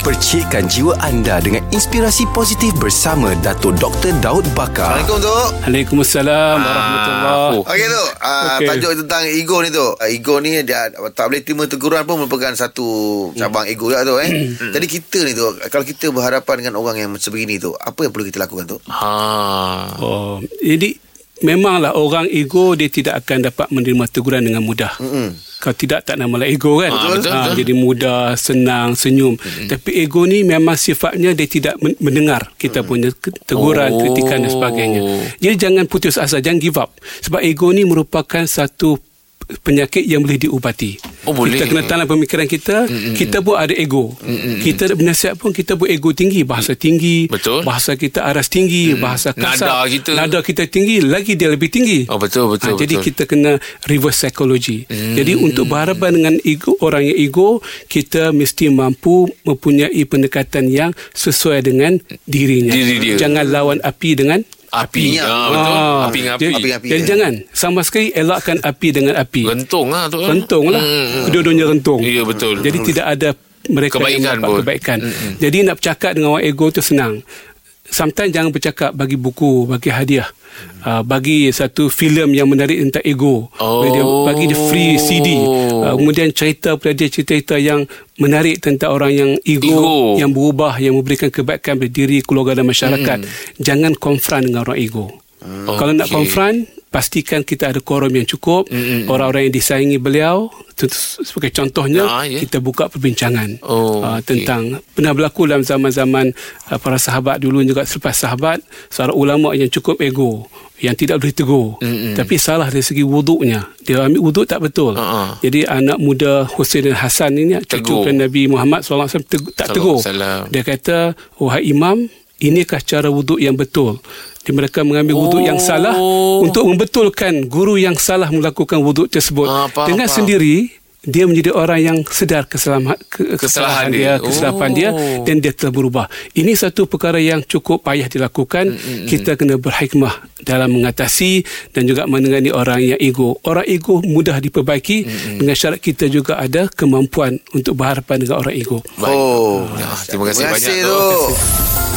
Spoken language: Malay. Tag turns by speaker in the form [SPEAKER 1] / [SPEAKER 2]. [SPEAKER 1] Percikkan jiwa anda dengan inspirasi positif bersama Dato' Dr. Daud Bakar.
[SPEAKER 2] Assalamualaikum Tok
[SPEAKER 3] Waalaikumsalam warahmatullahi
[SPEAKER 2] Ah, Okey Tok ah,
[SPEAKER 3] Okey.
[SPEAKER 2] Tajuk tentang ego ni Tok Ah, Ego ni dia, Tak boleh terima teguran pun Merupakan satu Cabang ego juga Tok eh.
[SPEAKER 4] Hmm.
[SPEAKER 2] Jadi kita ni Tok Kalau kita berhadapan dengan orang yang sebegini Tok Apa yang perlu kita lakukan Tok
[SPEAKER 4] Ha.
[SPEAKER 3] Oh, jadi memanglah orang ego dia tidak akan dapat menerima teguran dengan mudah. Mm-hmm. Kalau tidak tak namalah ego kan.
[SPEAKER 4] Ah, betul, betul.
[SPEAKER 3] jadi mudah, senang, senyum. Mm-hmm. Tapi ego ni memang sifatnya dia tidak men- mendengar kita mm-hmm. punya ke- teguran,
[SPEAKER 4] Oh.
[SPEAKER 3] oh. kritikan dan sebagainya. Jadi jangan putus asa, jangan give up. Sebab ego ni merupakan satu penyakit yang boleh diubati.
[SPEAKER 4] Oh, boleh.
[SPEAKER 3] Kita kena tanam pemikiran kita, mm kita pun ada ego. mm Kita ada penasihat pun kita pun ego tinggi, bahasa tinggi,
[SPEAKER 4] Betul.
[SPEAKER 3] bahasa kita aras tinggi, mm bahasa kasar.
[SPEAKER 4] Nada kita.
[SPEAKER 3] Nada kita tinggi Lagi dia lebih tinggi Ha,
[SPEAKER 4] Oh, betul, betul,
[SPEAKER 3] Jadi
[SPEAKER 4] betul.
[SPEAKER 3] kita kena Reverse psychology hmm. Jadi untuk berhadapan dengan ego, Orang yang ego Kita mesti mampu Mempunyai pendekatan yang Sesuai dengan Dirinya
[SPEAKER 4] Diri dia.
[SPEAKER 3] Jangan lawan api dengan
[SPEAKER 4] Api.
[SPEAKER 2] Minyak.
[SPEAKER 4] Ha, betul.
[SPEAKER 3] Ah.
[SPEAKER 4] Api dengan api.
[SPEAKER 3] Jadi,
[SPEAKER 2] Api-api,
[SPEAKER 3] jadi
[SPEAKER 2] eh.
[SPEAKER 3] jangan Sama sekali Elakkan api dengan api
[SPEAKER 4] Rentung lah tu.
[SPEAKER 3] Rentung lah hmm. Kedua-duanya rentung
[SPEAKER 4] Ya, betul.
[SPEAKER 3] Jadi tidak ada mereka
[SPEAKER 4] Kebaikan
[SPEAKER 3] yang mendapat
[SPEAKER 4] pun.
[SPEAKER 3] kebaikan hmm. Jadi nak bercakap dengan orang ego tu senang Sometimes jangan bercakap bagi buku, bagi hadiah.
[SPEAKER 4] Mm.
[SPEAKER 3] Uh, bagi satu filem yang menarik tentang ego.
[SPEAKER 4] Oh.
[SPEAKER 3] Bagi dia, bagi dia free CD. Uh, kemudian cerita pula dia cerita-cerita yang menarik tentang orang yang
[SPEAKER 4] Ego.
[SPEAKER 3] ego, yang berubah, yang memberikan kebaikan pada diri, keluarga dan masyarakat. Jangan confront dengan orang ego. Kalau nak
[SPEAKER 4] Mm. Oh, Okey.
[SPEAKER 3] confront, pastikan kita ada korum yang cukup. Orang-orang yang disayangi beliau, tu- sebagai contohnya,
[SPEAKER 4] Ah, ya.
[SPEAKER 3] kita kita buka perbincangan
[SPEAKER 4] Oh,
[SPEAKER 3] ah,
[SPEAKER 4] okey.
[SPEAKER 3] tentang pernah berlaku dalam zaman-zaman ah, para sahabat dulu juga selepas sahabat seorang ulama yang cukup ego yang tidak boleh tegur mm tapi salah dari segi wuduknya dia ambil wuduk tak betul
[SPEAKER 4] Ha-ha.
[SPEAKER 3] jadi anak muda Hussein dan Hasan ini cucu
[SPEAKER 4] Ah, Tegur.
[SPEAKER 3] kan Nabi Muhammad SAW teg- tak
[SPEAKER 4] Salam-
[SPEAKER 3] tegur
[SPEAKER 4] salam.
[SPEAKER 3] dia kata wahai imam inikah cara wuduk yang betul Jadi mereka mengambil wuduk yang salah
[SPEAKER 4] Oh.
[SPEAKER 3] untuk membetulkan guru yang salah melakukan wuduk tersebut
[SPEAKER 4] Ah, faham,
[SPEAKER 3] dengan
[SPEAKER 4] faham.
[SPEAKER 3] sendiri dia menjadi orang yang sedar keselama, ke, kesalahan,
[SPEAKER 4] Kesalahan dia.
[SPEAKER 3] dia, kesilapan
[SPEAKER 4] Oh.
[SPEAKER 3] dia dan dia telah berubah. Ini satu perkara yang cukup payah
[SPEAKER 4] Mm,
[SPEAKER 3] dilakukan. Mm-hmm. Kita kena berhikmah dalam mengatasi dan juga menangani orang yang ego. Orang ego mudah
[SPEAKER 4] Mm,
[SPEAKER 3] diperbaiki mm-hmm. dengan syarat kita juga ada kemampuan untuk berhadapan dengan orang ego.
[SPEAKER 4] Baik.
[SPEAKER 2] Oh
[SPEAKER 4] Ah, terima kasih banyak,
[SPEAKER 2] Tok